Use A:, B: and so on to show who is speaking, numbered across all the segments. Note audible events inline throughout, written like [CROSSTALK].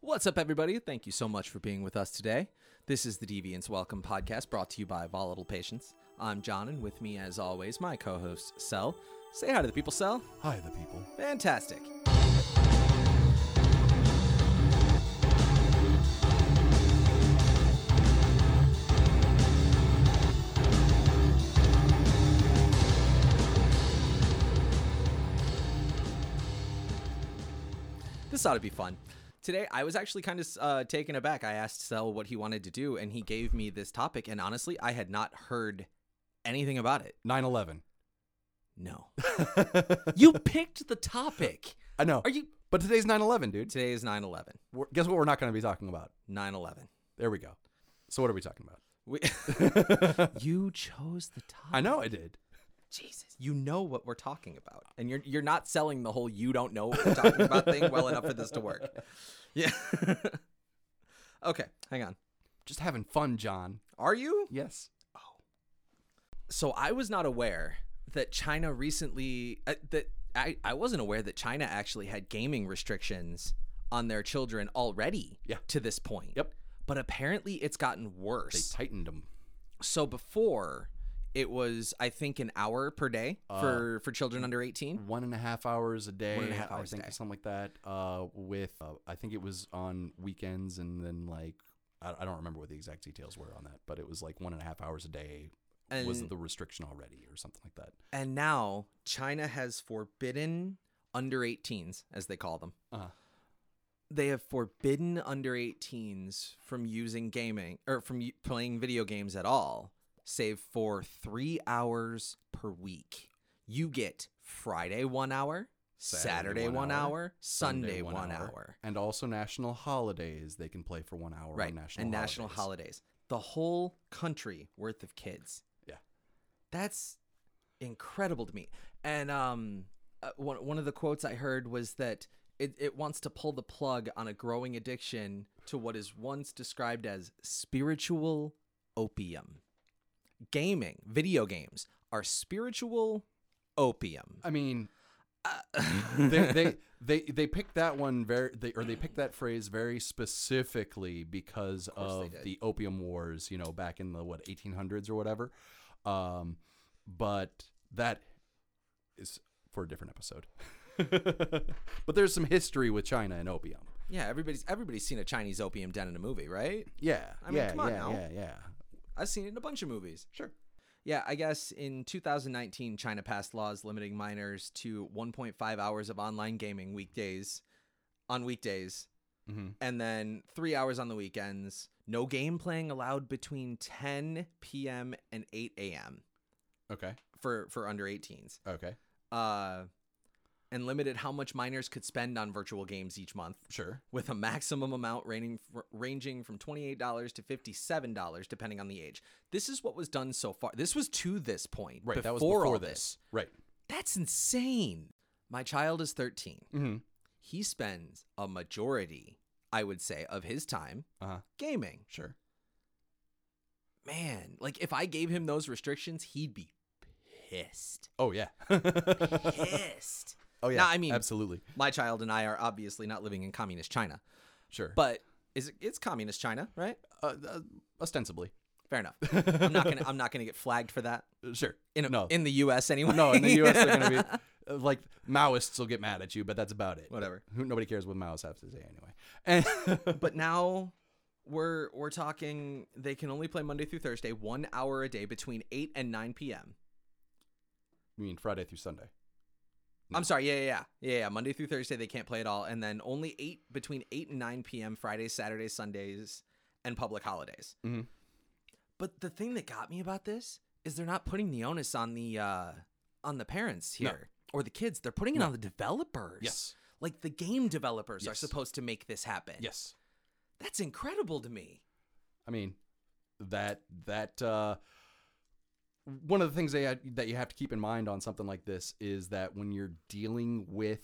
A: What's up, everybody? Thank you so much for being with us today. This is the Deviants Welcome podcast brought to you by Volatile Patients. I'm John, and with me, as always, my co host, Cell. Say hi to the people, Cell.
B: Hi, the people.
A: Fantastic. This ought to be fun. Today, I was actually kind of uh, taken aback. I asked Sel what he wanted to do, and he gave me this topic. And honestly, I had not heard anything about it.
B: 9 11.
A: No. you picked the topic.
B: I know.
A: Are you.
B: But today's 9 11, dude.
A: Today is 9 11.
B: We're- guess what we're not going to be talking about?
A: 9 11.
B: There we go. So, what are we talking about? [LAUGHS]
A: We- you chose the topic.
B: I know I did.
A: Jesus, you know what we're talking about, and you're you're not selling the whole "you don't know what we're talking about" thing well enough for this to work. Yeah. [LAUGHS] okay, hang on.
B: Just having fun, John.
A: Are you?
B: Yes.
A: So I was not aware that China recently uh, that I I wasn't aware that China actually had gaming restrictions on their children already.
B: Yeah.
A: To this point.
B: Yep.
A: But apparently, it's gotten
B: They
A: worse.
B: tightened them.
A: so before. It was, I think, an hour per day for, for children under 18.
B: One and a half hours a day.
A: One and a half hours a
B: I think,
A: day.
B: something like that. Uh, with, uh, I think it was on weekends and then like, I, I don't remember what the exact details were on that, but it was like one and a half hours a day was
A: And-
B: the restriction already or something like that.
A: And now China has forbidden under 18s, as they call them.
B: Uh-huh.
A: They have forbidden under 18s from using gaming or from u- playing video games at all, save for three hours per week. You get Friday one hour, Saturday, one, hour, Sunday, one, hour.
B: And also national holidays, they can play for one hour.
A: Right.
B: on national
A: and national
B: holidays.
A: holidays. The whole country worth of kids.
B: Yeah.
A: That's incredible to me. And um, uh, one, one of the quotes I heard was that it, it wants to pull the plug on a growing addiction to what is once described as spiritual opium. Gaming, video games are spiritual opium.
B: I mean,
A: Uh, [LAUGHS]
B: they they they, they picked that one very they, or they picked that phrase very specifically because
A: course they
B: of
A: did.
B: the opium wars, you know, back in the what 1800s or whatever. Um, but that is for a different episode. [LAUGHS] but there's some history with China and opium.
A: yeah, everybody's everybody's seen a Chinese opium den in a movie, right?
B: Yeah,
A: I mean,
B: yeah,
A: come on
B: yeah,
A: now.
B: yeah, yeah.
A: I've seen it in a bunch of movies.
B: Sure.
A: Yeah, I guess in 2019, China passed laws limiting minors to 1.5 hours of online gaming weekdays on weekdays,
B: Mm-hmm.
A: and then three hours on the weekends. No game playing allowed between 10 p.m. and 8 a.m.
B: Okay.
A: for for under 18s.
B: Okay.
A: Uh, and limited how much minors could spend on virtual games each month,
B: Sure.
A: with a maximum amount ranging ranging from $28 to $57 depending on the age. This is what was done so far. This was to this point.
B: Right. that was before
A: all
B: this. Right.
A: That's insane. My child is 13.
B: Mm-hmm.
A: He spends a majority, I would say, of his time
B: Uh huh.
A: gaming.
B: Sure.
A: Man, like if I gave him those restrictions, he'd be pissed. [LAUGHS]
B: Oh yeah. [LAUGHS]
A: Pissed.
B: oh yeah.
A: Now, I mean-
B: absolutely.
A: My child and I are obviously not living in communist China,
B: Sure.
A: but is it, it's communist China, right?
B: uh, uh, ostensibly.
A: Fair enough. I'm not
B: [LAUGHS]
A: gonna I'm not gonna get flagged for that
B: Uh, Sure.
A: in a,
B: no.
A: in the U.S. anyway.
B: [LAUGHS] no, in the U.S. they're [LAUGHS] gonna be uh, like Maoists will get mad at you, but that's about it.
A: [LAUGHS] Whatever.
B: Who nobody cares what Maoists have to say anyway. [LAUGHS] And
A: but now we're we're talking they can only play Monday through Thursday, one hour a day between eight and nine p.m.
B: you mean Friday through Sunday?
A: I'm sorry, yeah, yeah, yeah, yeah, yeah. Monday through Thursday they can't play at all, and then only eight between eight and nine p.m. Fridays, Saturdays, Sundays, and public holidays.
B: Mhm.
A: But the thing that got me about this is they're not putting the onus on the uh, on the parents here
B: No.
A: or the kids. They're putting it on the developers.
B: Yes.
A: like the game developers are
B: Yes.
A: supposed to make this happen.
B: Yes.
A: that's incredible to me.
B: I mean, that that uh, one of the things they that you have to keep in mind on something like this is that when you're dealing with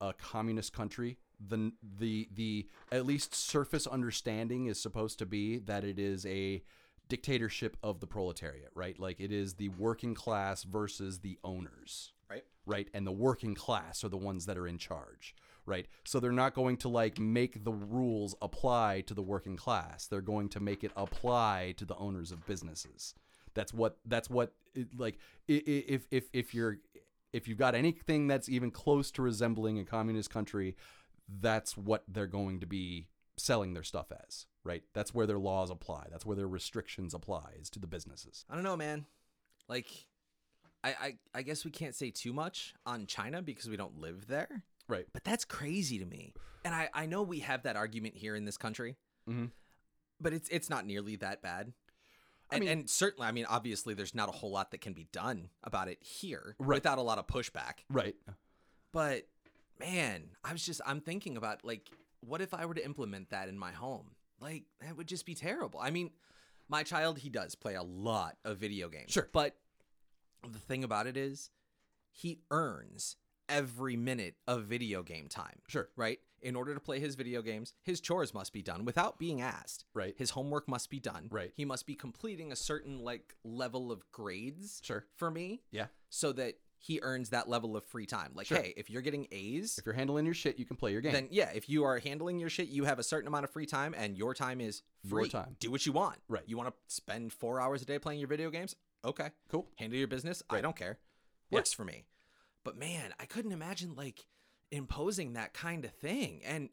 B: a communist country, the the the at least surface understanding is supposed to be that it is a dictatorship of the proletariat, right? Like it is the working class versus the owners
A: Right.
B: right? And the working class are the ones that are in charge, right? So they're not going to like make the rules apply to the working class. They're going to make it apply to the owners of businesses. That's what that's what it, like i- i- if if if you're if you've got anything that's even close to resembling a communist country, that's what they're going to be selling their stuff as, right? That's where their laws apply. That's where their restrictions apply is to the businesses.
A: I don't know, man. Like, I, I, I guess we can't say too much on China because we don't live there.
B: Right.
A: But that's crazy to me. And I, I know we have that argument here in this country,
B: Mhm.
A: but it's it's not nearly that bad.
B: I
A: And,
B: mean-
A: and certainly, I mean, obviously, there's not a whole lot that can be done about it here
B: Right.
A: without a lot of pushback.
B: Right.
A: But man, I was just I'm thinking about like what if I were to implement that in my home? Like that would just be terrible. I mean, my child he does play a lot of video games.
B: Sure.
A: But the thing about it is he earns every minute of video game time,
B: Sure.
A: right? In order to play his video games, his chores must be done without being asked.
B: Right.
A: His homework must be done.
B: Right.
A: He must be completing a certain like level of grades
B: Sure.
A: for me
B: Yeah.
A: so that he earns that level of free time. Like,
B: Sure.
A: hey, if you're getting A's,
B: If you're handling your shit, you can play your game.
A: then yeah, if you are handling your shit, you have a certain amount of free time, and your time is
B: Your
A: free.
B: time.
A: Do what you want.
B: Right.
A: You want to spend four hours a day playing your video games? Okay.
B: cool.
A: Handle your business. I don't care.
B: Yeah.
A: Works for me. But man, I couldn't imagine like imposing that kind of thing. And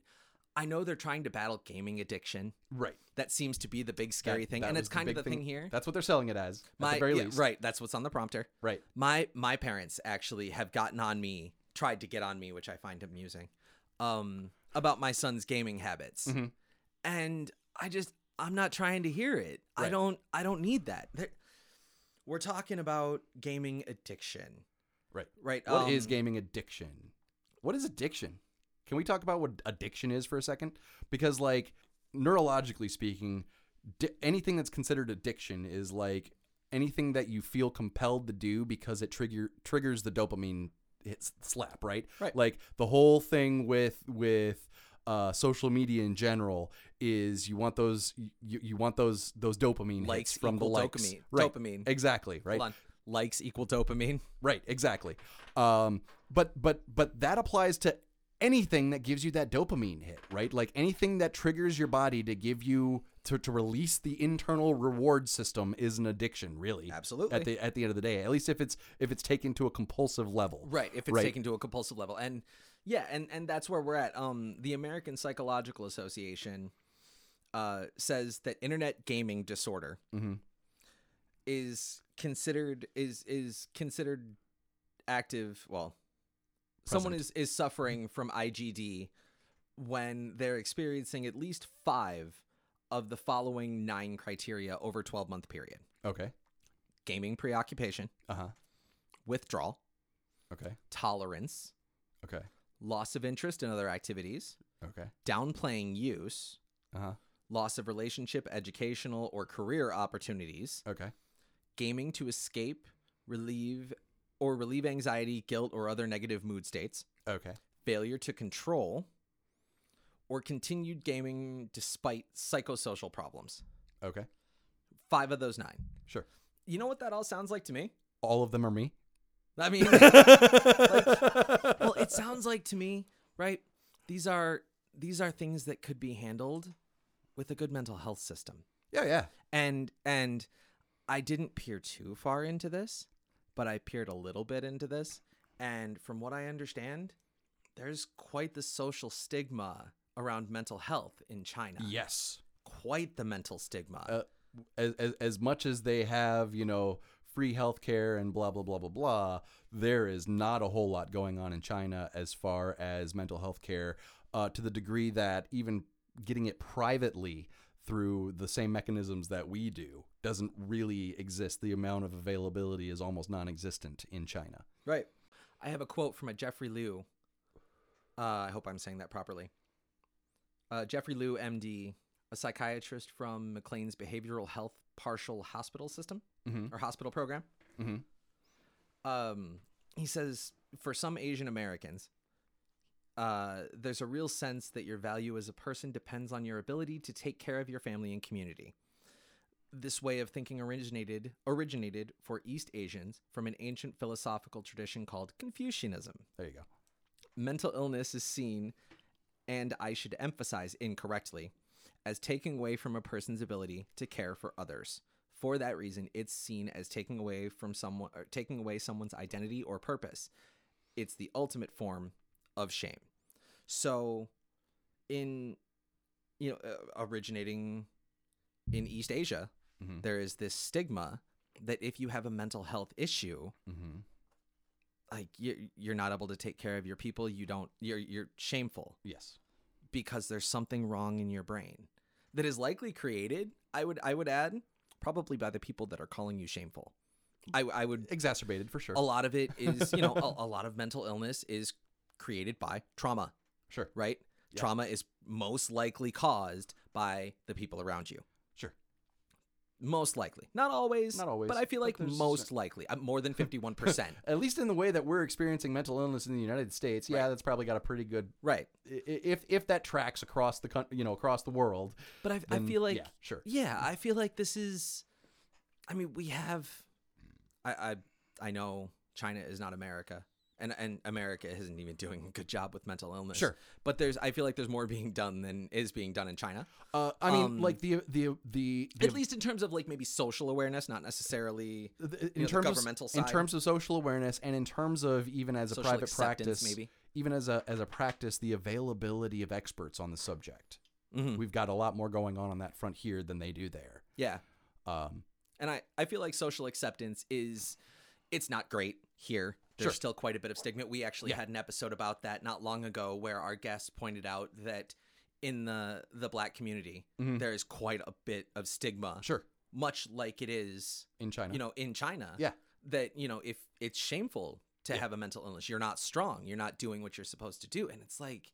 A: I know they're trying to battle gaming addiction.
B: Right.
A: That seems to be the big scary
B: That-
A: thing,
B: that
A: and
B: was
A: it's kind of
B: big
A: the thing, here.
B: That's what they're selling it as. at
A: My
B: the very
A: yeah,
B: least.
A: right. That's what's on the prompter.
B: Right.
A: My my parents actually have gotten on me, tried to get on me, which I find amusing, um, about my son's gaming habits,
B: Mhm.
A: and I just I'm not trying to hear it. I
B: Right.
A: don't I don't need that. There, we're talking about gaming addiction,
B: Right.
A: right?
B: What is
A: um,
B: gaming addiction? What is addiction? Can we talk about what addiction is for a second? Because like neurologically speaking, di- anything that's considered addiction is like anything that you feel compelled to do because it trigger triggers the dopamine hit slap, right?
A: Right.
B: Like the whole thing with with uh, social media in general is you want those you, you want those those dopamine
A: Likes
B: hits from the
A: equal
B: likes
A: dopamine-
B: Right.
A: dopamine.
B: exactly right
A: Hold on. Likes equal dopamine.
B: Right, exactly. Um, but but but that applies to anything that gives you that dopamine hit, right? Like anything that triggers your body to give you to, to release the internal reward system is an addiction, really.
A: Absolutely.
B: At the at the end of the day, at least if it's if it's taken to a compulsive level.
A: right if it's
B: Right.
A: taken to a compulsive level and yeah and and that's where we're at um the american psychological association uh says that internet gaming disorder
B: Mhm.
A: is considered is is considered active well someone is is suffering from igd when they're experiencing at least five of the following nine criteria over a 12 month period
B: Okay.
A: gaming preoccupation
B: Uh huh.
A: withdrawal
B: Okay.
A: tolerance
B: Okay.
A: loss of interest in other activities,
B: Okay.
A: downplaying use,
B: Uh huh.
A: loss of relationship, educational, or career opportunities,
B: Okay.
A: gaming to escape, relieve, or relieve anxiety, guilt, or other negative mood states,
B: Okay.
A: failure to control, or continued gaming despite psychosocial problems.
B: Okay.
A: Five of those nine.
B: Sure.
A: You know what that all sounds like to me?
B: All of them
A: [LAUGHS]
B: are me.
A: I mean, well, it sounds like to me, right? These are these are things that could be handled with a good mental health system.
B: yeah, yeah.
A: And and I didn't peer too far into this, but I peered a little bit into this, and from what I understand, there's quite the social stigma around mental health in China.
B: Yes.
A: Quite the mental stigma.
B: uh, as, as as much as they have, you know, free healthcare and blah blah blah blah blah, there is not a whole lot going on in China as far as mental health care, uh, to the degree that even getting it privately through the same mechanisms that we do doesn't really exist. The amount of availability is almost non-existent in China.
A: Right. I have a quote from a Jeffrey Liu. Uh, I hope I'm saying that properly. Uh, Jeffrey Liu, MD, a psychiatrist from McLean's Behavioral Health Partial Hospital System
B: Mhm.
A: or hospital program.
B: Mhm.
A: Um, he says for some Asian Americans, uh, there's a real sense that your value as a person depends on your ability to take care of your family and community this way of thinking originated originated for East Asians from an ancient philosophical tradition called Confucianism.
B: There you go.
A: mental illness is seen, and I should emphasize incorrectly, as taking away from a person's ability to care for others. For that reason, it's seen as taking away from someone or taking away someone's identity or purpose. It's the ultimate form of shame. So in you know uh, originating in East Asia,
B: Mhm.
A: there is this stigma that if you have a mental health issue,
B: Mm-hmm.
A: like you're, you're not able to take care of your people you don't you're you're shameful
B: Yes.
A: because there's something wrong in your brain that is likely created i would i would add probably by the people that are calling you shameful i, I would
B: Exacerbated for sure.
A: a lot of it is you know a, a lot of mental illness is created by trauma
B: Sure.
A: right
B: Yeah.
A: trauma is most likely caused by the people around you
B: Sure.
A: most likely not always
B: Not always,
A: but i feel
B: but
A: like
B: there's-
A: most likely uh, more than 51%
B: [LAUGHS] At least in the way that we're experiencing mental illness in the United States, yeah, that's probably got a pretty good.
A: right
B: i- i- If if that tracks across the coun- you know across the world,
A: but i, I
B: then
A: feel like
B: yeah, sure.
A: yeah i feel like this is i mean we have i i, I know china is not america and, and America isn't even doing a good job with mental illness.
B: Sure.
A: but there's I feel like there's more being done than is being done in China,
B: Uh, I mean,
A: Um,
B: like the the the, the
A: at least in terms of like maybe social awareness, not necessarily
B: th- in
A: know, the
B: terms
A: governmental
B: of, in
A: side.
B: terms of social awareness and in terms of even as a
A: Social
B: private
A: acceptance,
B: practice
A: maybe.
B: even as a as a practice the availability of experts on the subject
A: Mhm.
B: we've got a lot more going on on that front here than they do there
A: yeah.
B: um
A: And I I feel like social acceptance is it's not great here. There's
B: Sure.
A: still quite a bit of stigma. We actually
B: Yeah.
A: had an episode about that not long ago where our guest pointed out that in the the black community
B: Mhm.
A: there is quite a bit of stigma
B: sure
A: much like it is
B: in china
A: you know in china
B: Yeah.
A: that you know if it's shameful to
B: Yeah.
A: have a mental illness you're not strong you're not doing what you're supposed to do and it's like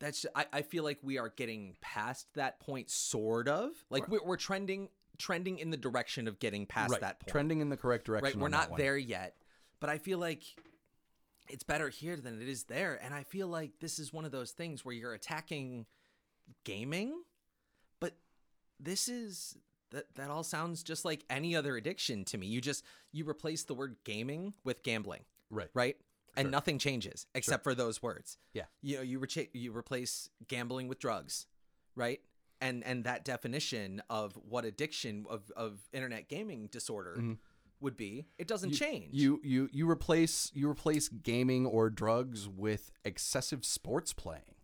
A: that's I, I feel like we are getting past that point sort of like
B: Right.
A: we're, we're trending trending in the direction of getting past
B: right.
A: that point
B: trending in the correct direction
A: right we're
B: on that
A: not
B: one.
A: there yet but i feel like it's better here than it is there and i feel like this is one of those things where you're attacking gaming but this is that that all sounds just like any other addiction to me you just you replace the word gaming with gambling
B: right
A: right and
B: Sure.
A: nothing changes except for those words
B: Yeah.
A: you know you recha- you replace gambling with drugs right and and that definition of what addiction of of internet gaming disorder
B: Mhm.
A: would be it doesn't change
B: you you you replace you replace gaming or drugs with excessive sports playing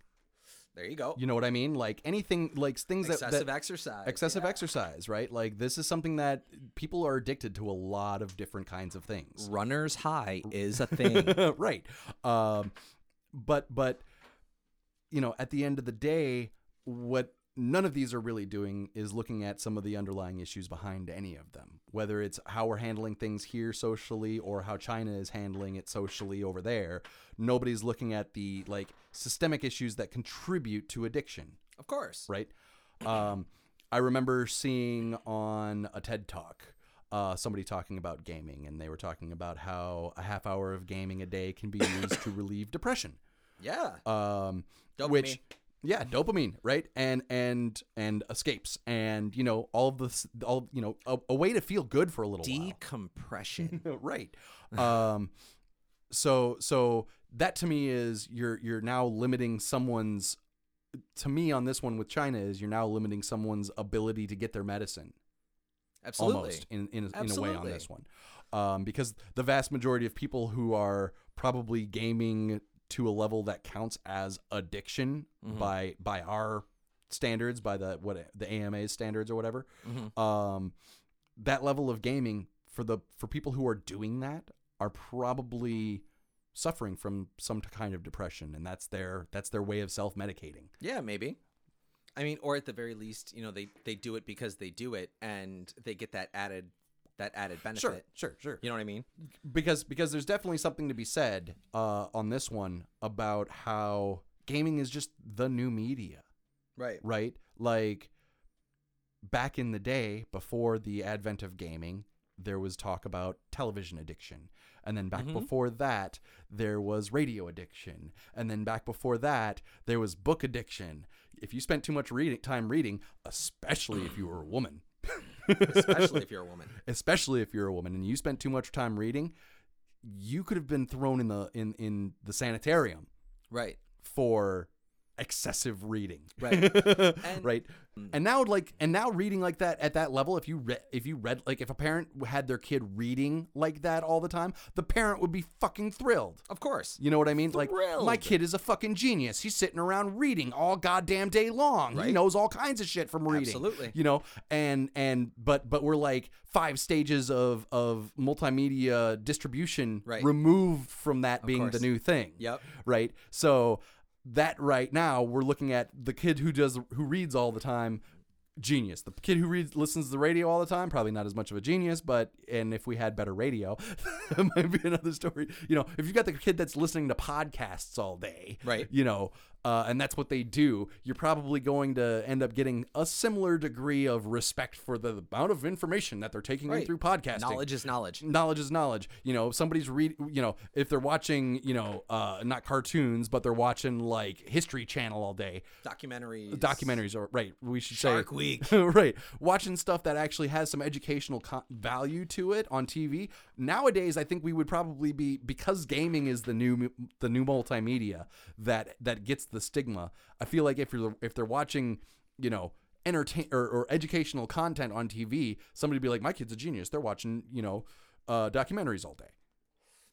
A: there you go
B: you know what i mean like anything like things that- that
A: excessive exercise
B: excessive
A: yeah.
B: exercise, right? Like this is something that people are addicted to a lot of different kinds of things.
A: runner's high is a
B: [LAUGHS]
A: thing
B: right. Um but but you know, at the end of the day, what none of these are really doing is looking at some of the underlying issues behind any of them, whether it's how we're handling things here socially or how China is handling it socially over there. Nobody's looking at the like systemic issues that contribute to addiction
A: of course
B: right? Um, I remember seeing on a TED talk uh, somebody talking about gaming, and they were talking about how a half hour of gaming a day can be used to relieve depression.
A: yeah
B: Um,
A: Dopamine.
B: Which, yeah, dopamine, right? And and and escapes, and you know all of this, all you know, a, a way to feel good for a little while
A: decompression
B: [LAUGHS] right um so so that to me is you're you're now limiting someone's to me on this one with china is you're now limiting someone's ability to get their medicine
A: absolutely
B: Mm-hmm. almost in in, a- in a way on
A: Absolutely.
B: this one um because the vast majority of people who are probably gaming to a level that counts as addiction
A: Mm-hmm.
B: by by our standards by the what the AMA's standards or whatever
A: Mhm.
B: um, that level of gaming for the for people who are doing that are probably suffering from some kind of depression and that's their that's their way of self-medicating
A: Yeah, maybe. I mean, or at the very least, you know, they they do it because they do it, and they get that added that added benefit.
B: sure sure
A: You know what I mean?
B: because because there's definitely something to be said uh, on this one about how gaming is just the new media
A: Right.
B: right? Like back in the day, before the advent of gaming, there was talk about television addiction. And then back
A: Mhm.
B: before that, there was radio addiction. And then back before that, there was book addiction. If you spent too much reading time reading, especially if you were a woman,
A: [LAUGHS] Especially if you're a woman.
B: especially if you're a woman and you spent too much time reading, you could have been thrown in the in in the sanitarium
A: Right.
B: for excessive reading [LAUGHS]
A: Right.
B: and, right and now like and now reading like that at that level if you re- if you read like if a parent had their kid reading like that all the time the parent would be fucking thrilled
A: Of course.
B: you know what I mean? Like my
A: Thrilled.
B: kid is a fucking genius. He's sitting around reading all goddamn day long. He
A: Right.
B: knows all kinds of shit from reading.
A: Absolutely.
B: You know, and and but but we're like five stages of of multimedia distribution
A: Right.
B: removed from that being the
A: course.
B: new thing.
A: Yep.
B: Right? So that right now we're looking at the kid who does who reads all the time genius the kid who reads listens to the radio all the time probably not as much of a genius but and if we had better radio [LAUGHS] that might be another story you know if you've got the kid that's listening to podcasts all day
A: Right.
B: you know uh, and that's what they do you're probably going to end up getting a similar degree of respect for the amount of information that they're taking in
A: Right.
B: through podcasting
A: Knowledge is knowledge.
B: knowledge is knowledge. You know, if somebody's read. You know, if they're watching, you know, uh, not cartoons, but they're watching like History Channel all day,
A: Documentaries.
B: documentaries. Or right, we should
A: Shark
B: say
A: Week.
B: [LAUGHS] right, watching stuff that actually has some educational co- value to it on TV. Nowadays, I think we would probably be because gaming is the new mu- the new multimedia that that gets the stigma. I feel like if you're if they're watching, you know. Entertain or, or educational content on TV, somebody would be like, "My kid's a genius. They're watching, you know, uh, documentaries all day."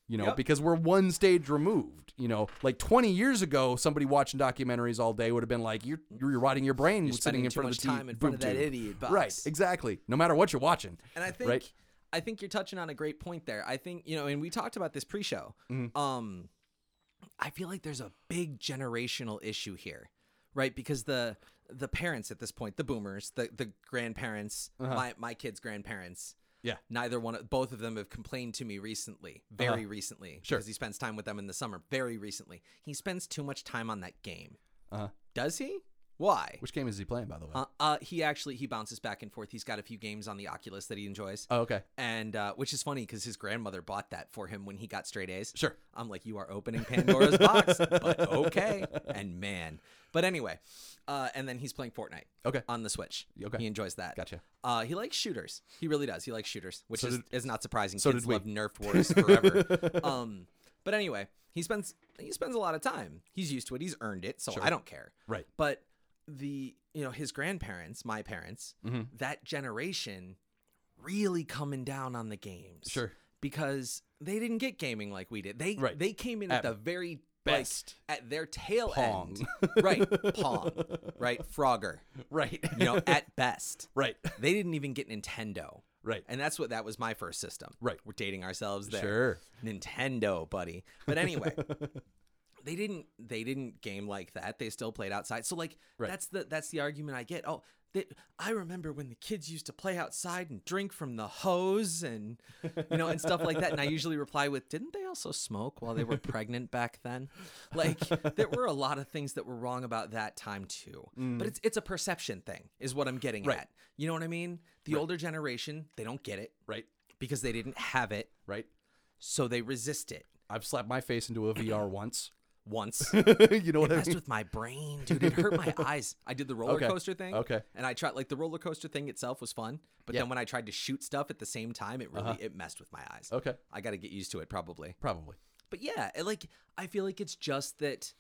B: you know,
A: Yep.
B: because we're one stage removed. You know, like 20 years ago, somebody watching documentaries all day would have been like, "You're you're rotting your brain sitting
A: spending
B: in
A: too
B: front
A: much
B: of the t-
A: time in front of
B: boob
A: that
B: tube."
A: idiot box.
B: Right, exactly. No matter what you're watching,
A: And I think
B: Right.
A: I think you're touching on a great point there. I think, you know, and we talked about this pre-show.
B: Mm-hmm.
A: Um I feel like there's a big generational issue here, right? Because the the parents at this point, the boomers, the the grandparents, my my kids' grandparents,
B: Uh-huh. yeah,
A: neither one of both of them have complained to me recently, very recently,
B: Uh-huh. Sure.
A: because he spends time with them in the summer, very recently. He spends too much time on that game.
B: Uh-huh.
A: Does he? Why?
B: which game is he playing by the way?
A: Uh, uh, he actually he bounces back and forth. He's got a few games on the Oculus that he enjoys
B: oh, okay,
A: and uh, which is funny because his grandmother bought that for him when he got straight A's.
B: Sure.
A: I'm like, you are opening Pandora's box, but okay. And man, but anyway, uh, and then he's playing Fortnite
B: okay,
A: on the Switch.
B: Okay.
A: he enjoys that.
B: Gotcha.
A: Uh, he likes shooters. He really does. He likes shooters, which
B: So
A: is,
B: did-
A: is not surprising.
B: so
A: Kids
B: did we.
A: love Nerf wars forever.
B: [LAUGHS]
A: um, but anyway, he spends he spends a lot of time. He's used to it. He's earned it, so I don't care.
B: right,
A: But the you know his grandparents, my parents,
B: Mm-hmm.
A: that generation really coming down on the games.
B: Sure.
A: Because they didn't get gaming like we did. They
B: Right.
A: they came in
B: At
A: at, the very
B: best.
A: like, at their tail
B: Pong.
A: end. [LAUGHS] Right.
B: [LAUGHS]
A: Pong. Right. Frogger.
B: right,
A: You know, at best.
B: [LAUGHS] right,
A: They didn't even get Nintendo.
B: right,
A: And that's what that was my first system.
B: Right.
A: We're dating ourselves there.
B: sure,
A: Nintendo, buddy. But anyway, they didn't they didn't game like that. They still played outside. So like
B: Right.
A: that's the that's the argument I get. Oh, they, I remember when the kids used to play outside and drink from the hose and you know and stuff like that. And I usually reply with, "Didn't they also smoke while they
B: [LAUGHS]
A: were pregnant back then?" Like there were a lot of things that were wrong about that time too. But it's it's a perception thing, is what I'm getting
B: Mm. Right.
A: at. You know what I mean? The older generation, they don't get it
B: right,
A: because they didn't have it,
B: right.
A: so they resist it
B: I've slapped my face
A: [COUGHS]
B: into a VR once. [LAUGHS]
A: once.
B: you know what I
A: messed
B: mean?
A: with my brain, dude. It hurt my eyes. I did the roller
B: Okay.
A: coaster thing.
B: Okay.
A: And I tried like the roller coaster thing itself was fun, but
B: Yeah. Uh-huh.
A: then when I tried to shoot stuff at the same time, it really it messed with my eyes.
B: Okay,
A: I got to get used to it probably.
B: probably.
A: But yeah, it, like I feel like it's just that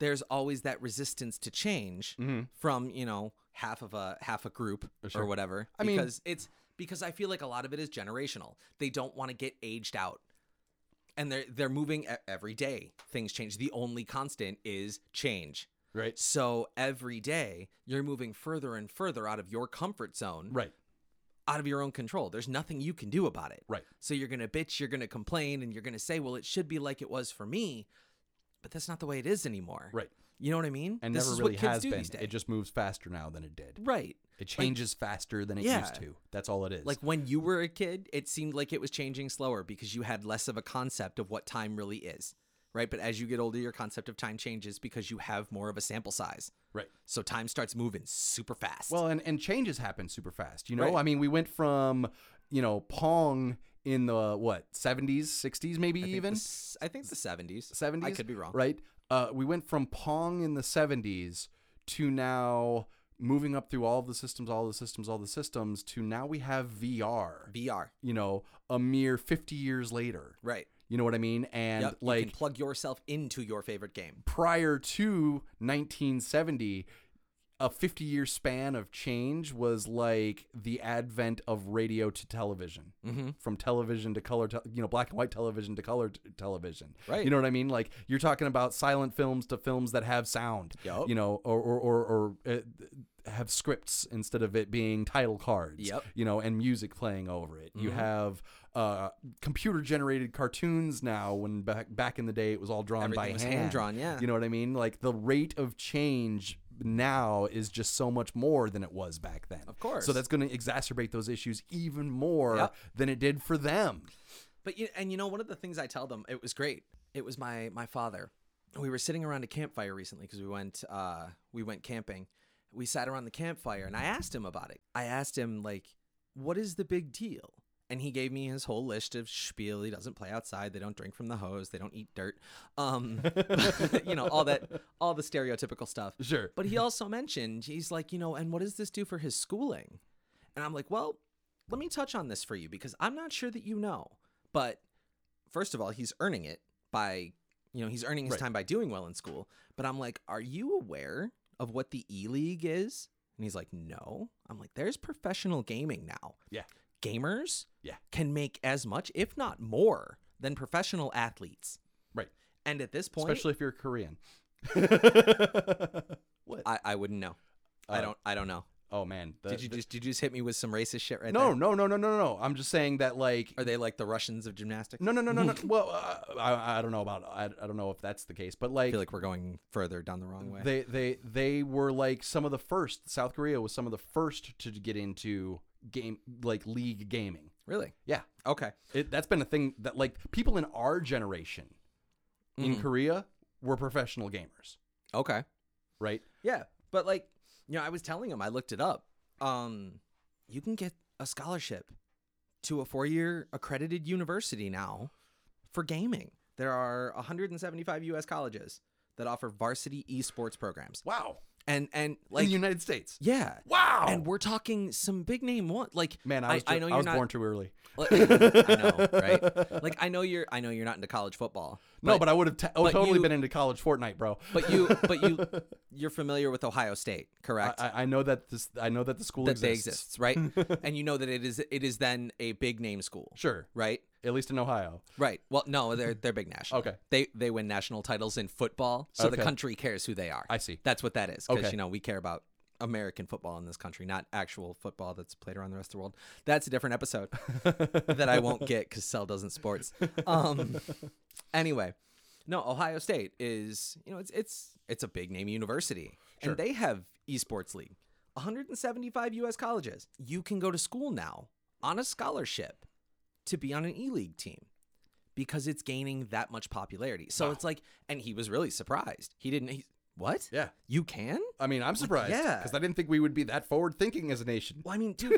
A: there's always that resistance to change
B: Mm-hmm.
A: from, you know, half of a half a group or whatever
B: I mean-
A: because it's because I feel like a lot of it is generational. They don't want to get aged out. And they're they're moving e- every day. Things change. The only constant is change.
B: Right,
A: So every day you're moving further and further out of your comfort zone,
B: right,
A: out of your own control. There's nothing you can do about it.
B: right.
A: So you're going to bitch, you're going to complain, and you're going to say, well, it should be like it was for me. But that's not the way it is anymore.
B: Right.
A: You know what I mean?
B: And
A: this
B: never
A: is
B: really
A: what kids
B: has
A: do
B: been.
A: these days.
B: It just moves faster now than it did.
A: right.
B: It changes faster than it
A: Yeah.
B: used to. That's all it is.
A: Like when you were a kid, it seemed like it was changing slower because you had less of a concept of what time really is. Right. But as you get older, your concept of time changes because you have more of a sample size.
B: right.
A: So time starts moving super fast.
B: Well, and and changes happen super fast. You know,
A: Right.
B: I mean, we went from you know Pong in the what seventies, sixties, maybe
A: I think
B: even
A: the s- I think the 70s.
B: seventies.
A: I could be wrong.
B: Right. Uh, we went from Pong in the seventies to now moving up through all of the systems, all the systems, all the systems to now we have VR.
A: VR.
B: You know, a mere fifty years later.
A: Right.
B: You know what I mean? And
A: Yep, you
B: like
A: can plug yourself into your favorite game.
B: prior to 1970 a 50 year span of change was like the advent of radio to television
A: Mm-hmm.
B: from television to color te- you know black and white television to color t- television
A: Right.
B: you know what i mean like you're talking about silent films to films that have sound
A: Yup.
B: you know or or or, or uh, have scripts instead of it being title cards
A: Yup.
B: you know and music playing over it you
A: Mhm.
B: have uh, computer generated cartoons now when back back in the day it was all drawn
A: Everything
B: by
A: was
B: hand
A: drawn. Yeah.
B: you know what I mean? Like the rate of change now is just so much more than it was back then.
A: Of course.
B: So that's going to exacerbate those issues even more
A: Yep.
B: than it did for them.
A: But you, and you know, one of the things I tell them, it was great. It was my my father. We were sitting around a campfire recently because we went uh, we went camping. We sat around the campfire, and I asked him about it. I asked him like, "What is the big deal?" And he gave me his whole list of spiel. He doesn't play outside. They don't drink from the hose. They don't eat dirt. Um, [LAUGHS] [LAUGHS] you know, all that, all the stereotypical stuff.
B: [LAUGHS] Sure.
A: But he also mentioned, he's like, you know, and what does this do for his schooling? And I'm like, well, let me touch on this for you because I'm not sure that you know. But first of all, he's earning it by, you know, he's earning his
B: Right.
A: time by doing well in school. But I'm like, are you aware of what the E League is? And he's like, no. I'm like, there's professional gaming now.
B: Yeah.
A: Gamers
B: Yeah.
A: can make as much, if not more, than professional athletes.
B: Right.
A: And at this point,
B: Especially if
A: [LAUGHS]
B: you're Korean. what?
A: I, I wouldn't know. I
B: Uh,
A: don't. I don't know.
B: oh man. The-
A: Did you
B: the-
A: just did you just hit me with some racist shit right
B: No,
A: there?
B: no, no, no, no, no. I'm just saying that like
A: Are they like the Russians of gymnastics?
B: no, no, no, no,
A: [LAUGHS]
B: no. well, uh, I, I don't know about I, I don't know if that's the case, but
A: I
B: like
A: feel like we're going further down the wrong way.
B: They they they were like some of the first. South Korea was some of the first to get into game like league gaming.
A: really?
B: Yeah,
A: Okay.
B: it, that's been a thing that like people in our generation in
A: Mm-hmm.
B: Korea were professional gamers,
A: Okay.
B: right?
A: Yeah, but like, you know, I was telling him I looked it up. Um, you can get a scholarship to a four-year accredited university now for gaming. There are 175 U.S. colleges that offer varsity esports programs,
B: Wow,
A: and and
B: like
A: like,
B: in the United States.
A: yeah,
B: Wow,
A: and we're talking some big name one. Like,
B: man, I was,
A: I,
B: ju-
A: know
B: I
A: you're
B: was
A: not.
B: born too early.
A: Well, I know,
B: [LAUGHS]
A: right? Like I know you're I know you're not into college football.
B: no, but I would have t- I would
A: but
B: totally
A: you-
B: been into college Fortnite, bro.
A: but you but you
B: [LAUGHS]
A: you're familiar with Ohio State, correct?
B: I, I know that this. I know that the school
A: that
B: exists.
A: they exists,
B: [LAUGHS]
A: right? and you know that it is it is then a big name school.
B: Sure,
A: Right?
B: at least in Ohio.
A: Right. Well, no, they're they're big national.
B: Okay.
A: They they win national titles in football, so the
B: Okay.
A: country cares who they are.
B: I see.
A: That's what that is. Because
B: Okay.
A: you know, we care about American football in this country, not actual football that's played around the rest of the world. That's a different episode that I won't get because Cell doesn't sports. Um, anyway, no, Ohio State is you know it's it's it's a big name university, and they have esports league. 175 U.S. colleges. You can go to school now on a scholarship to be on an E League team because it's gaining that much popularity. So it's like, and he was really surprised. He didn't. He, what?
B: Yeah,
A: You can?
B: I mean, I'm surprised.
A: yeah.
B: because I didn't think we would be that forward thinking as a nation.
A: Well, I mean, dude,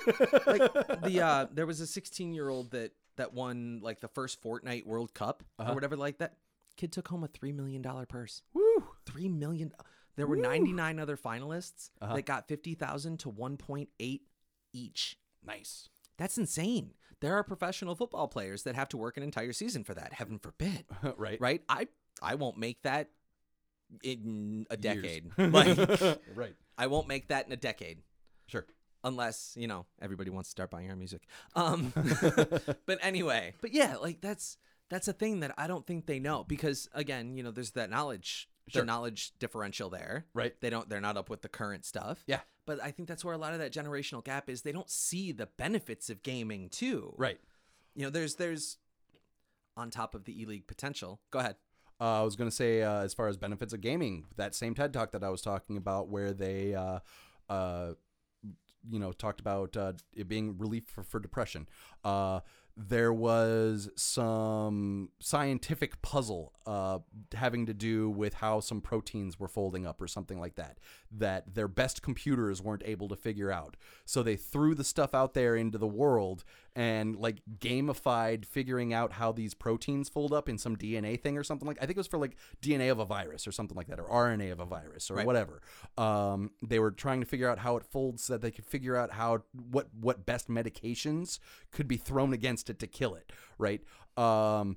A: like the uh, there was a 16 year old that that won like the first Fortnite World Cup or whatever like that. Kid took home a three million dollar purse.
B: Woo.
A: Three million. There were 99 other finalists that got 50,000 to 1.8 each.
B: Nice.
A: That's insane. There are professional football players that have to work an entire season for that. Heaven forbid.
B: [LAUGHS] right.
A: right? I I won't make that in a
B: Years. [LAUGHS]
A: decade. like
B: right.
A: I won't make that in a decade
B: Sure.
A: unless, you know, everybody wants to start buying our music.
B: [LAUGHS]
A: Um [LAUGHS] but anyway, but yeah, like that's that's a thing that I don't think they know because again, you know, there's that knowledge
B: Sure.
A: the knowledge differential there.
B: Right.
A: They don't they're not up with the current stuff.
B: Yeah.
A: But I think that's where a lot of that generational gap is. They don't see the benefits of gaming too.
B: Right.
A: You know, there's there's on top of the E League potential. Go ahead.
B: Uh, I was going to say, uh, as far as benefits of gaming, that same TED talk that I was talking about, where they, uh, uh, you know, talked about uh, it being relief for, for depression. Uh, there was some scientific puzzle uh, having to do with how some proteins were folding up or something like that, that their best computers weren't able to figure out. So they threw the stuff out there into the world and like gamified figuring out how these proteins fold up in some DNA thing or something like I think it was for like DNA of a virus or something like that or RNA of a virus or whatever. Um, they were trying to figure out how it folds so that they could figure out how what what best medications could be thrown against it to kill it, right? Um,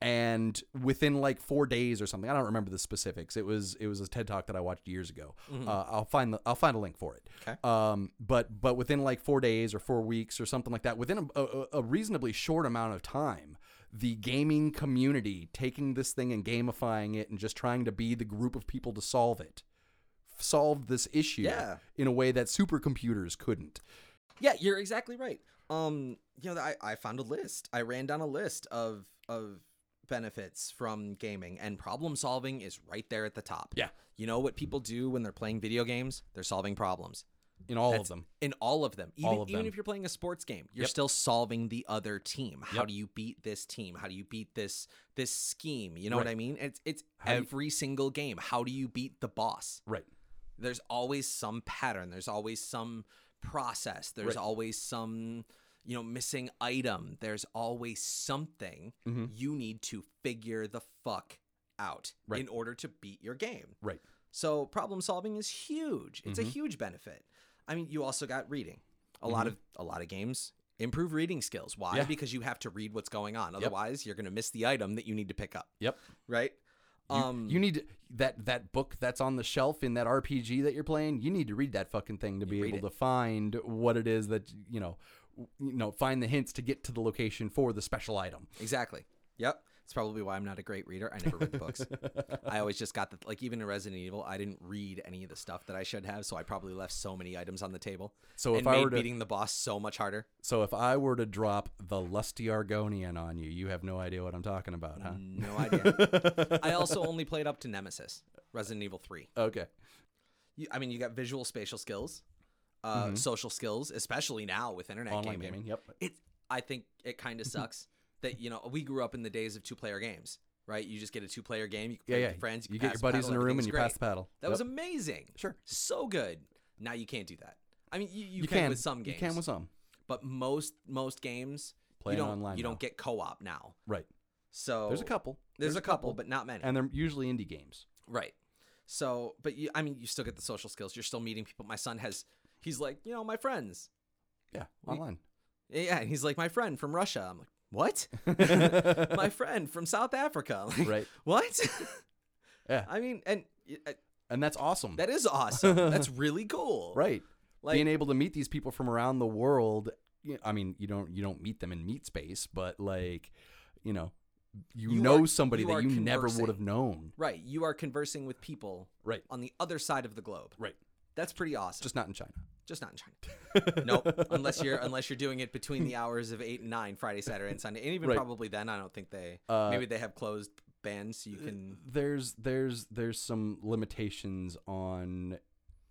B: and within like four days or something i don't remember the specifics it was it was a ted talk that i watched years ago uh, i'll find the i'll find a link for it
A: Okay.
B: um but but within like four days or four weeks or something like that within a, a, a reasonably short amount of time the gaming community taking this thing and gamifying it and just trying to be the group of people to solve it solved this issue
C: Yeah.
B: in a way that supercomputers couldn't
A: Yeah, you're
C: You're exactly right.
A: um you know I, I found a list i ran down a list of of benefits from gaming and problem solving is right there at the top
B: Yeah.
A: you know what people do when they're playing video games they're solving problems
B: in all
A: That's-
B: of them
A: in all of them even,
B: All of
A: even
B: them.
A: if you're playing a sports game you're
B: Yep.
A: still solving the other team how
B: Yep.
A: do you beat this team how do you beat this this scheme you know what
B: Right.
A: i mean it's it's
B: How do you-
A: every single game how do you beat the boss
B: right
A: there's always some pattern there's always some process there's
B: Right.
A: always some you know missing item there's always something
B: Mhm.
A: you need to figure the fuck out
B: Right.
A: in order to beat your game
B: right
A: so problem solving is huge it's
B: Mm-hmm.
A: a huge benefit i mean you also got reading a lot of a lot of games improve reading skills why
B: Mm-hmm. Yeah.
A: because you have to read what's going on otherwise you're going to miss the item that you need to pick up
B: yep
A: right Um,
B: You, you need to, that that book that's on the shelf in that RPG that you're playing. You need to read that fucking thing to be
A: read
B: able to find what it is that you know, w- you know, find the hints to get to the location for the special item.
A: Exactly. Yep. It's probably why I'm not a great reader. I never read the
B: [LAUGHS]
A: books. I always just got the like even in Resident Evil, I didn't read any of the stuff that I should have, so I probably left so many items on the table.
B: So
A: and
B: if I
A: made
B: were to-
A: beating the boss so much harder.
B: So if I were to drop the lusty Argonian on you, you have no idea what I'm talking about, huh?
A: No
B: [LAUGHS]
A: idea. I also only played up to Nemesis, Resident Evil 3.
B: Okay.
A: You, I mean, you got visual spatial skills, uh, social skills, especially now with internet
B: Mm-hmm. Online
A: gaming.
B: gaming. Yep.
A: it I think it kind of
B: [LAUGHS]
A: sucks that you know we grew up in the days of two player games, right? You just get a two player game, you can
B: Yeah,
A: play
B: yeah.
A: with your friends, you,
B: You
A: can
B: get your
A: pass the
B: buddies
A: paddle,
B: in a room
A: everything's
B: and you
A: great.
B: pass the paddle.
A: That
B: Yep.
A: was amazing.
B: Sure.
A: so good. Now you can't do that. I mean, you, you, can, with some games,
B: You can with some.
A: but most most games
B: Play
A: you
B: it
A: don't
B: online
A: you
B: now.
A: don't get co op now.
B: Right.
A: So
B: There's a couple.
A: Oh. There's, a couple, but not many.
B: and they're usually indie games.
A: Right. So, but you, I mean, you still get the social skills. You're still meeting people. My son has. He's like, you know, my friends.
B: Yeah.
A: [LAUGHS]
B: Online.
A: Yeah, and he's like, my friend from Russia. I'm like,
B: [LAUGHS]
A: what? my friend from South Africa. I'm like,
B: Right.
A: [LAUGHS] What?
B: Yeah.
A: I mean, and uh,
B: And that's awesome.
A: that is awesome.
B: [LAUGHS]
A: That's really cool.
B: right
A: Like-
B: being able to meet these people from around the world you- i mean you don't you don't meet them in meat space but like you know you,
A: You
B: know
A: are-
B: somebody
A: you
B: that
A: are
B: you never
A: conversing.
B: would have known
A: Right. You are conversing with people
B: right
A: on the other side of the globe.
B: right
A: That's pretty awesome. Just,
B: just not in china
A: just not in
B: [LAUGHS]
A: China. nope. Unless you're unless you're doing it between the hours of eight and nine, Friday, Saturday, and Sunday, and even
B: Right.
A: probably then, I don't think they.
B: Uh,
A: maybe they have closed bands, so you can.
B: there's there's there's some limitations on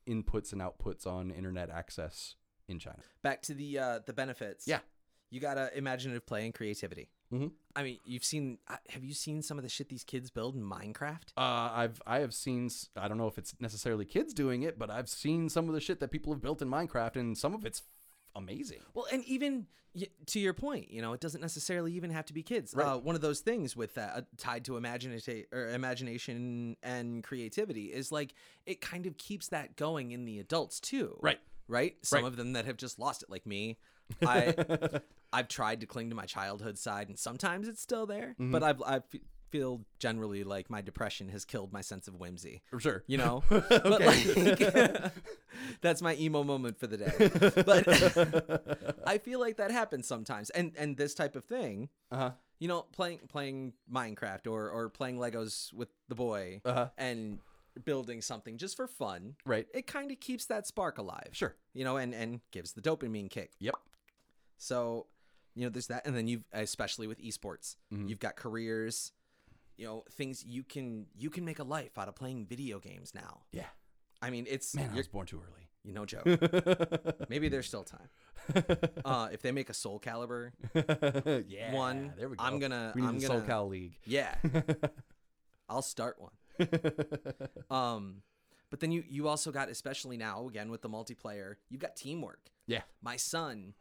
B: inputs and outputs on internet access in china
A: back to the uh the benefits
B: Yeah.
A: you gotta imaginative play and creativity
B: Mhm.
A: i mean you've seen I- have you seen some of the shit these kids build in minecraft
B: uh, I've I have seen s- I don't know if it's necessarily kids doing it, but I've seen some of the shit that people have built in Minecraft, and some of it's amazing.
A: well and even y- to your point you know it doesn't necessarily even have to be kids
B: Right.
A: uh, one of those things with that uh, tied to imaginative or imagination and creativity is like it kind of keeps that going in the adults too
B: Right.
A: right some
B: Right.
A: of them that have just lost it like me i
B: [LAUGHS]
A: I've tried to cling to my childhood side, and sometimes it's still there.
B: Mm-hmm.
A: But I've I f- feel generally like my depression has killed my sense of whimsy.
B: For sure.
A: You
B: [LAUGHS]
A: know, But, like, that's my emo moment for the
B: [LAUGHS]
A: day. But [LAUGHS] I feel like that happens sometimes, and and this type of thing,
B: Uh-huh.
A: you know, playing playing Minecraft or or playing Legos with the boy
B: Uh-huh.
A: and building something just for fun,
B: Right.
A: it kind of keeps that spark alive.
B: Sure.
A: you know, and and gives the dopamine kick.
B: Yep.
A: So, you know, there's that, and then you've especially with esports,
B: Mm-hmm.
A: you've got careers, you know, things you can you can make a life out of playing video games now.
B: Yeah.
A: I mean, it's
B: Man, I
A: you're,
B: was born too early.
A: you know, joke. Maybe there's still time. Uh, if they make a Soul Caliber,
B: [LAUGHS] yeah.
A: One,
B: There we go.
A: I'm gonna-
B: We need
A: I'm
B: the
A: gonna-
B: SoCal League. [LAUGHS]
A: yeah, I'll start one. Um, but then you you also got especially now again with the multiplayer, you've got teamwork.
B: yeah.
A: my son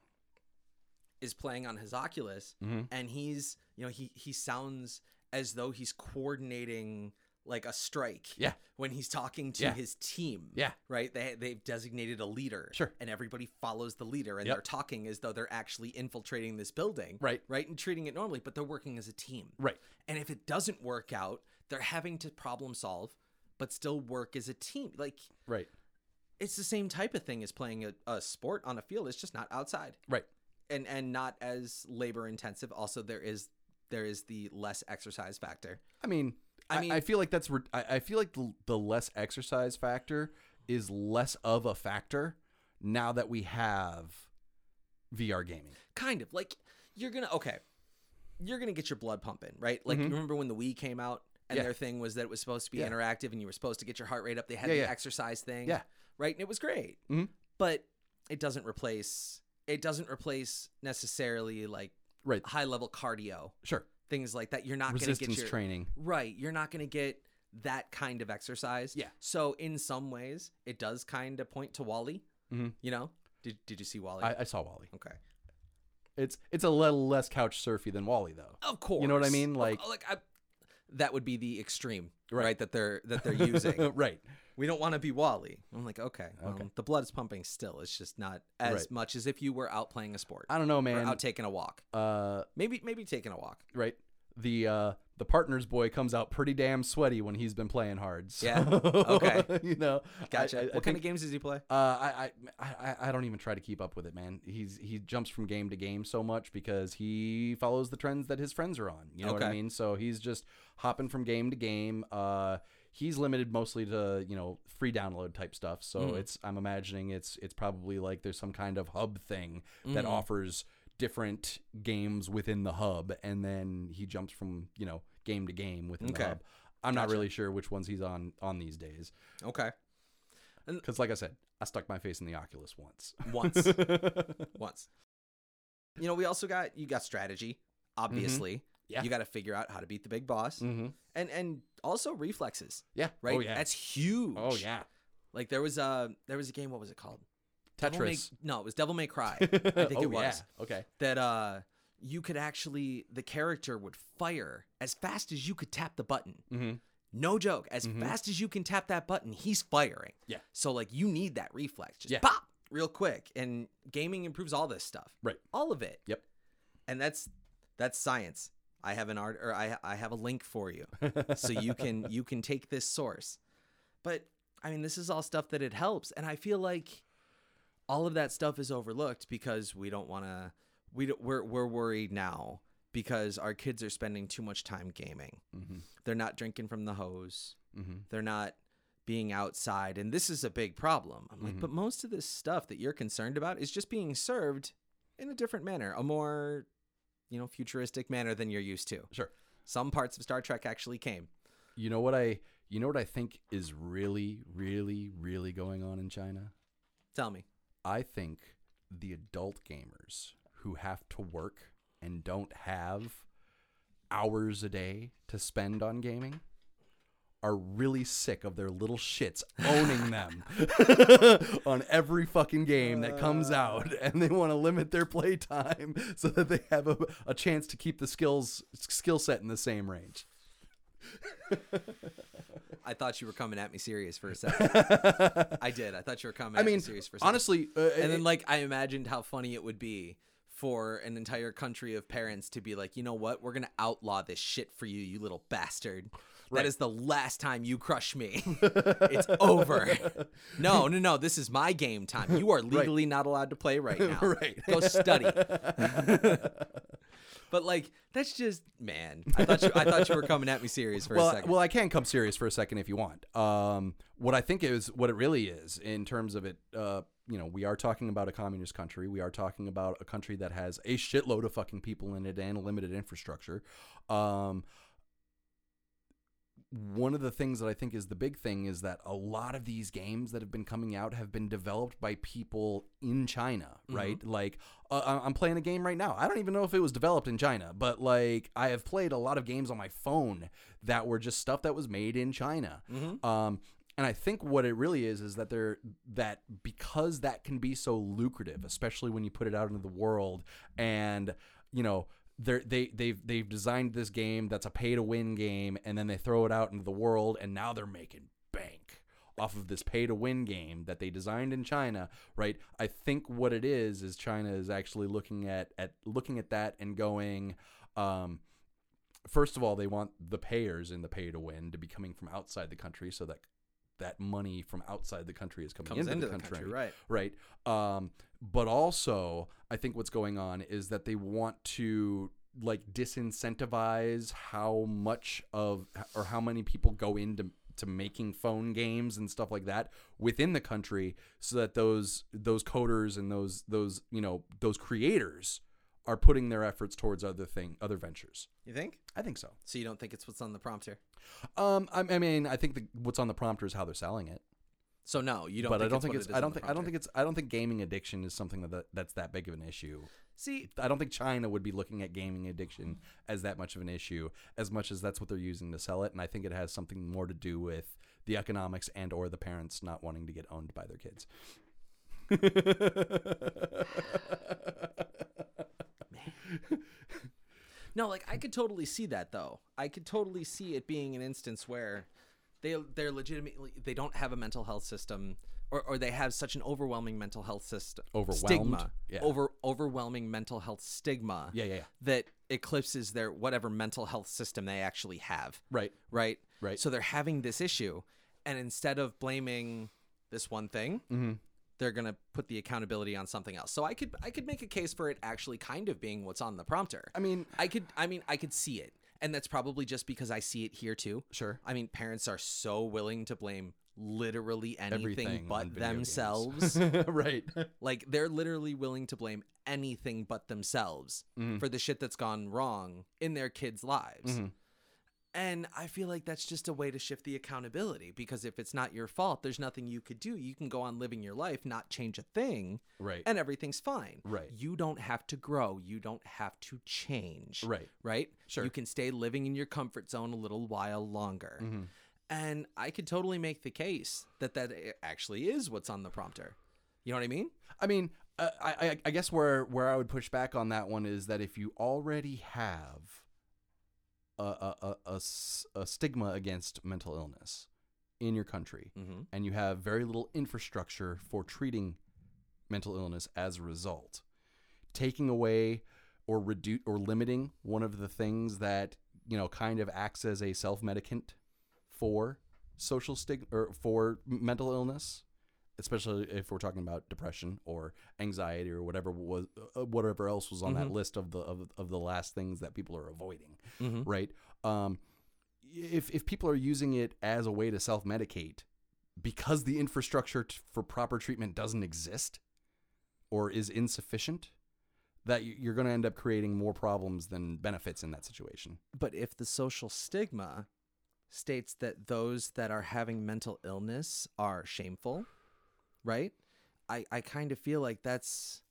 A: is playing on his
B: Mm-hmm.
A: Oculus and he's you know he he sounds as though he's coordinating like a strike
B: Yeah.
A: when he's talking to
B: Yeah.
A: his team
B: Yeah.
A: right they, they've designated a leader
B: Sure.
A: and everybody follows the leader and
B: Yep.
A: they're talking as though they're actually infiltrating this building
B: Right.
A: right and treating it normally but they're working as a team
B: Right.
A: and if it doesn't work out they're having to problem solve but still work as a team like
B: Right.
A: it's the same type of thing as playing a, a sport on a field it's just not outside
B: Right.
A: and and not as labor intensive also there is there is the less exercise factor
B: I mean,
A: I
B: I
A: mean-
B: mean, I feel like that's. re- I, I feel like the, the less exercise factor is less of a factor now that we have VR gaming.
A: kind of like you're gonna okay you're gonna get your blood pumping right like you remember when the wii came out and
B: Mm-hmm. Yeah.
A: their thing was that it was supposed to be
B: Yeah.
A: interactive and you were supposed to get your heart rate up they had
B: Yeah,
A: the
B: yeah.
A: exercise thing
B: Yeah.
A: right and it was great
B: Mhm.
A: but it doesn't replace it doesn't replace necessarily like
B: Right.
A: high level cardio
B: Sure.
A: things like that you're not gonna
B: Resistance
A: get your
B: training.
A: Right. You're not going to get that kind of exercise.
B: Yeah.
A: So in some ways, it does kind of point to Wally.
B: Mhm.
A: You know? Did Did you see Wally?
B: I, I saw Wally.
A: okay.
B: It's it's a little less couch surfy than Wally though.
A: Of course.
B: You know what I mean?
A: Of-
B: Like-
A: like I, that would be the extreme, right?
B: Right.
A: that they're that they're
B: [LAUGHS]
A: using.
B: right.
A: we don't want to be Wally. I'm like, okay. Well,
B: Okay.
A: the blood is pumping still. It's just not as
B: Right.
A: much as if you were out playing a sport
B: I don't know,
A: or
B: man.
A: out taking a walk.
B: uh,
A: Maybe maybe taking a walk.
B: right. The uh, the partner's boy comes out pretty damn sweaty when he's been playing hard. so-
A: Yeah. Okay.
B: [LAUGHS] you know.
A: Gotcha.
B: I, I,
A: what
B: I
A: kind
B: think
A: of games does he play?
B: Uh, I, I I I don't even try to keep up with it, man. He's he jumps from game to game so much because he follows the trends that his friends are on. You know what I
A: Okay.
B: mean? So he's just hopping from game to game. Uh, he's limited mostly to you know free download type stuff. So
A: Mhm.
B: it's I'm imagining it's it's probably like there's some kind of hub thing that
A: Mhm.
B: offers different games within the hub, and then he jumps from you know game to game within
A: Okay.
B: the hub. I'm not
A: Gotcha.
B: really sure which ones he's on on these days [LAUGHS]
A: Okay.
B: because, like I said, I stuck my face in the Oculus
A: [LAUGHS]
B: once.
A: Once. once. You know, we also got you got strategy, obviously.
B: Mm-hmm. Yeah.
A: You got to figure out how to beat the big boss,
B: Mm-hmm.
A: and and also reflexes,
B: Yeah.
A: right?
B: Oh yeah.
A: That's huge.
B: oh yeah.
A: Like there was a there was a game. What was it called? Devil May-
B: Tetris.
A: no, it was Devil May
B: [LAUGHS]
A: Cry. I think
B: oh,
A: it was
B: Yeah. Okay.
A: that uh you could actually the character would fire as fast as you could tap the button.
B: Mm-hmm.
A: No joke. As
B: Mhm.
A: fast as you can tap that button, he's firing.
B: Yeah.
A: So like you need that reflex. Just
B: Yeah.
A: pop real quick. And gaming improves all this stuff.
B: Right.
A: All of it.
B: Yep.
A: And that's that's science. I have an art or I I have a link for you. so you can you can take this source. But I mean this is all stuff that it helps. And I feel like all of that stuff is overlooked because we don't wanna we don't, we're we're worried now because our kids are spending too much time gaming.
B: Mm-hmm.
A: They're not drinking from the hose
B: Mm-hmm.
A: they're not being outside and this is a big problem i'm like
B: Mhm.
A: but most of this stuff that you're concerned about is just being served in a different manner a more you know futuristic manner than you're used to
B: Sure.
A: some parts of star trek actually came
B: You know what I? You know what I think is really, really, really going on in China?
A: tell me
B: I think the adult gamers who have to work and don't have hours a day to spend on gaming are really sick of their little shits owning them on every fucking game that comes out [LAUGHS] and they want to limit their playtime [LAUGHS] so that they have a, a chance to keep the skills skill set in the same range
A: i thought you were coming at me serious for a
B: [LAUGHS]
A: second i did i thought you were coming
B: i
A: at me
B: mean
A: serious for a second
B: honestly uh,
A: and
B: [LAUGHS]
A: then like i imagined how funny it would be for an entire country of parents to be like you know what we're gonna outlaw this shit for you you little bastard that
B: Right.
A: is the last time you crush me
B: [LAUGHS]
A: it's over no no no this is my game time you are legally not allowed to play right now
B: [LAUGHS] Right.
A: go
B: [LAUGHS]
A: study but like that's just man i thought you, i thought you were coming at me serious for
B: well,
A: a second
B: Well, I can come serious for a second if you want. Um, what I think is what it really is in terms of it. Uh, you know, we are talking about a communist country. We are talking about a country that has a shitload of fucking people in it and limited infrastructure. Um, one of the things that I think is the big thing is that a lot of these games that have been coming out have been developed by people in China, right? Like, uh, I- I'm playing a game right now. I don't even know if it was developed in China, but like, I have played a lot of games on my phone that were just stuff that was made in China. Um, and I think what it really is is that they're that because that can be so lucrative, especially when you put it out into the world, and you know they're, they they've they've designed this game that's a pay to win game, and then they throw it out into the world, and now they're making bank off of this pay to win game that they designed in China, right? I think what it is is China is actually looking at at looking at that and going. Um, first of all, they want the payers in the pay to win to be coming from outside the country, so that that money from outside the country is coming
A: comes into, the country, right?
B: right? Um, but also, I think what's going on is that they want to like disincentivize how much of or how many people go into to making phone games and stuff like that within the country, so that those those coders and those those you know those creators are putting their efforts towards other thing other ventures.
A: You think?
B: I think so.
A: So you don't think it's what's on the prompter?
B: Um, I, I mean, I think the, what's on the prompter is how they're selling it.
A: So no, you don't.
B: but I don't
A: it's
B: think
A: what
B: it's.
A: it is
B: I
A: on
B: don't
A: the
B: think. I don't
A: prompter.
B: think it's. I don't think gaming addiction is something that that's that big of an issue.
A: See,
B: I don't think China would be looking at gaming addiction as that much of an issue, as much as that's what they're using to sell it. And I think it has something more to do with the economics and or the parents not wanting to get owned by their kids.
A: No, like I could totally see that though. I could totally see it being an instance where they they're legitimately they don't have a mental health system or, or they have such an overwhelming mental health system
B: Overwhelmed?
A: stigma
B: Yeah.
A: over overwhelming mental health stigma
B: Yeah, yeah, yeah.
A: that eclipses their whatever mental health system they actually have
B: Right.
A: right
B: Right.
A: so they're having this issue and instead of blaming this one thing
B: Mm-hmm.
A: they're gonna put the accountability on something else so I could I could make a case for it actually kind of being what's on the prompter
B: I mean,
A: I could I mean I could see it. And that's probably just because I see it here too.
B: Sure.
A: I mean parents are so willing to blame literally anything
B: Everything on
A: but
B: video games.
A: themselves.
B: [LAUGHS]
A: [LAUGHS]
B: right.
A: like they're literally willing to blame anything but themselves
B: Mm-hmm.
A: for the shit that's gone wrong in their kids' lives. And I feel like that's just a way to shift the accountability because if it's not your fault, there's nothing you could do. You can go on living your life, not change a thing,
B: Right.
A: and everything's fine.
B: Right.
A: You don't have to grow. You don't have to change.
B: Right.
A: Right?
B: Sure.
A: You can stay living in your comfort zone a little while longer. And I could totally make the case that that i- actually is what's on the prompter. You know what I mean?
B: I mean, uh, I, I I guess where where I would push back on that one is that if you already have a a, a- a s- a stigma against mental illness in your country,
A: Mhm.
B: and you have very little infrastructure for treating mental illness as a result, taking away or reduce or limiting one of the things that you know kind of acts as a self-medicant for social stigma or for m- mental illness especially if we're talking about depression or anxiety or whatever was uh, whatever else was on that list of the of, of the last things that people are avoiding right um if if people are using it as a way to self-medicate because the infrastructure t- for proper treatment doesn't exist or is insufficient that y- you're going to end up creating more problems than benefits in that situation
A: But if the social stigma states that those that are having mental illness are shameful, right? I, I kind of feel like that's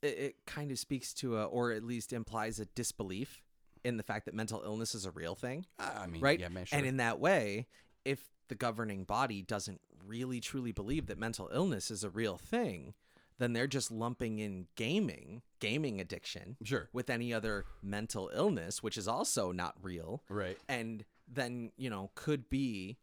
A: it, it kind of speaks to a or at least implies a disbelief in the fact that mental illness is a real thing,
B: i mean
A: right?
B: yeah man, sure.
A: And in that way, if the governing body doesn't really truly believe that mental illness is a real thing, then they're just lumping in gaming, gaming addiction
B: sure
A: with any other mental illness, which is also not real, [LAUGHS]
B: right
A: and then you know could be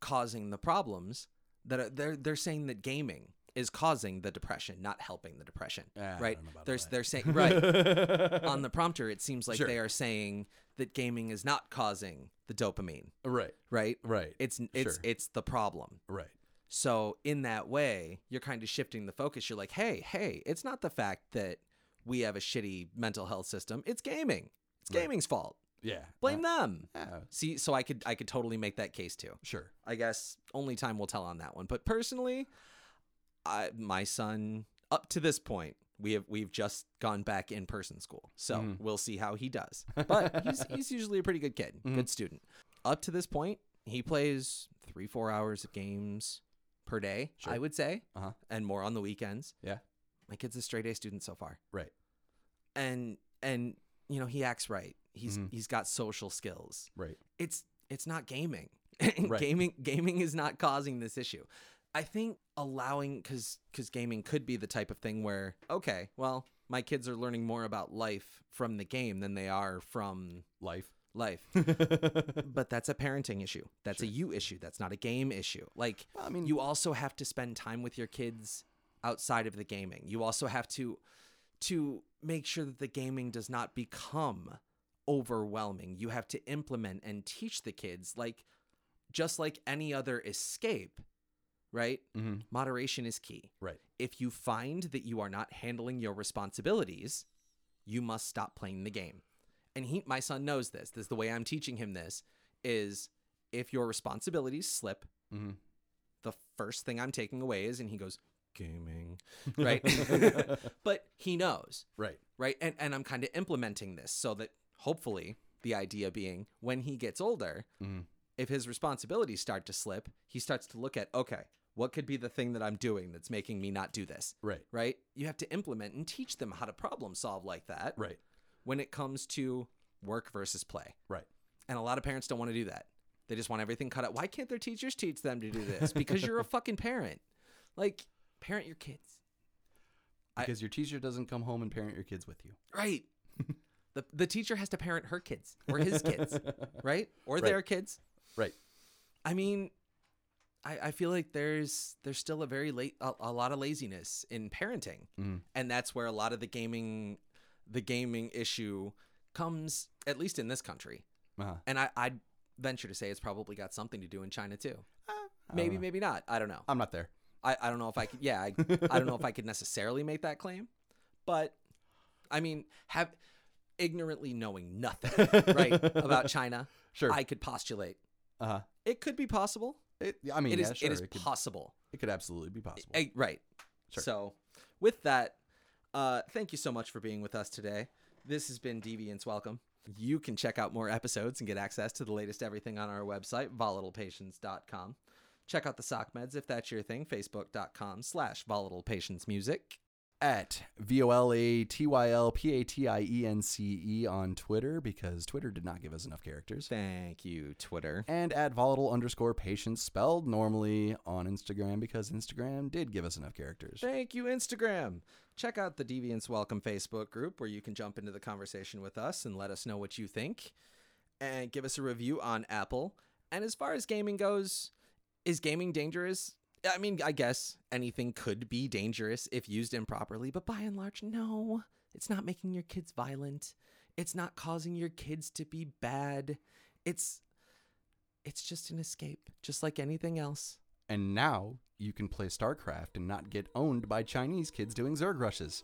A: causing the problems that are, they're they're saying that gaming is causing the depression, not helping the depression,
B: Ah, I
A: right?
B: don't know about
A: They're
B: all that.
A: they're saying
B: [LAUGHS]
A: right on the prompter. It seems like
B: Sure.
A: they are saying that gaming is not causing the dopamine,
B: right
A: right?
B: right
A: It's it's
B: Sure.
A: it's the problem.
B: right
A: So in that way, you're kind of shifting the focus. You're like, hey, hey, it's not the fact that we have a shitty mental health system. It's gaming. It's
B: Right.
A: gaming's fault.
B: yeah
A: Blame them.
B: Uh, yeah,
A: See, so I could I could totally make that case too.
B: sure
A: I guess only time will tell on that one. But personally, I my son up to this point, we have we've just gone back in person school. So
B: Mm-hmm.
A: we'll see how he does.
B: [LAUGHS]
A: But he's he's usually a pretty good kid,
B: Mm-hmm.
A: good student. Up to this point, he plays 3-4 hours of games per day, I would say,
B: Uh-huh.
A: and more on the weekends.
B: yeah
A: My kid's a straight A student so far.
B: right
A: And and you know, he acts right. He's
B: Mhm.
A: he's got social skills
B: right
A: it's it's not gaming. [LAUGHS]
B: Right.
A: Gaming gaming is not causing this issue. I think allowing cuz cuz gaming could be the type of thing where okay, well, my kids are learning more about life from the game than they are from [LAUGHS]
B: life.
A: life.
B: [LAUGHS] well,
A: but that's a parenting issue. That's a you issue. That's not a game issue. Like
B: I mean,
A: you also have to spend time with your kids outside of the gaming. You also have to to make sure that the gaming does not become overwhelming. You have to implement and teach the kids like just like any other escape, right?
B: mhm,
A: Moderation is key.
B: right.
A: If you find that you are not handling your responsibilities, you must stop playing the game. And he my son knows this. This is the way I'm teaching him this is if your responsibilities slip,
B: hmm
A: the first thing I'm taking away is, and he goes, gaming, [LAUGHS] right? but he knows,
B: [LAUGHS] Right.
A: right? And, and I'm kind of implementing this so that hopefully the idea being when he gets older,
B: Mhm.
A: if his responsibilities start to slip, he starts to look at, okay, what could be the thing that I'm doing that's making me not do this,
B: Right.
A: right? You have to implement and teach them how to problem solve like that
B: Right.
A: when it comes to work versus play.
B: Right.
A: And a lot of parents don't want to do that. They just want everything cut out. Why can't their teachers teach them to do this? Because [LAUGHS] you're a fucking parent. Like, parent your kids. I-
B: Because your teacher doesn't come home and parent your kids with you.
A: [LAUGHS] Right. the, the teacher has to parent her kids or his [LAUGHS] kids, right? Or their kids.
B: Right.
A: I mean, I, I feel like there's there's still a very late a, a lot of laziness in parenting,
B: Mhm.
A: and that's where a lot of the gaming the gaming issue comes, at least in this country.
B: Uh-huh.
A: And I, I'd venture to say it's probably got something to do in China too.
B: Uh, I
A: Maybe,
B: dunno.
A: maybe not. I don't know.
B: I'm not there.
A: I, I don't know if I could. Yeah, I, I don't know if I could necessarily make that claim, but I mean, have ignorantly knowing nothing
B: [LAUGHS]
A: right about China,
B: Sure.
A: I could postulate
B: uh-huh.
A: it could be possible.
B: It, I mean,
A: It is.
B: yeah, sure.
A: it is
B: could,
A: possible.
B: it could absolutely be possible.
A: Eh, right.
B: Sure.
A: So, with that, uh, thank you so much for being with us today. This has been Deviants Welcome. You can check out more episodes and get access to the latest everything on our website, volatilepatients.com. Check out the sock meds if that's your thing, facebook.com slash volatilepatientsmusic.
B: at V O L A T Y L P A T I E N C E on Twitter because Twitter did not give us enough characters.
A: Thank you, Twitter.
B: And at volatile underscore patients spelled normally on Instagram because Instagram did give us enough characters.
A: Thank you, Instagram. Check out the Deviants Welcome Facebook group where you can jump into the conversation with us and let us know what you think. And give us a review on Apple. And as far as gaming goes, is gaming dangerous? I mean, I guess anything could be dangerous if used improperly, but by and large, no. It's not making your kids violent. It's not causing your kids to be bad. It's it's just an escape, just like anything else.
B: And now you can play StarCraft and not get owned by Chinese kids doing Zerg rushes.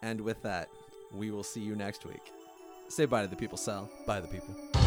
A: And with that, we will see you next week. Say bye to the people, Sal.
B: By the people.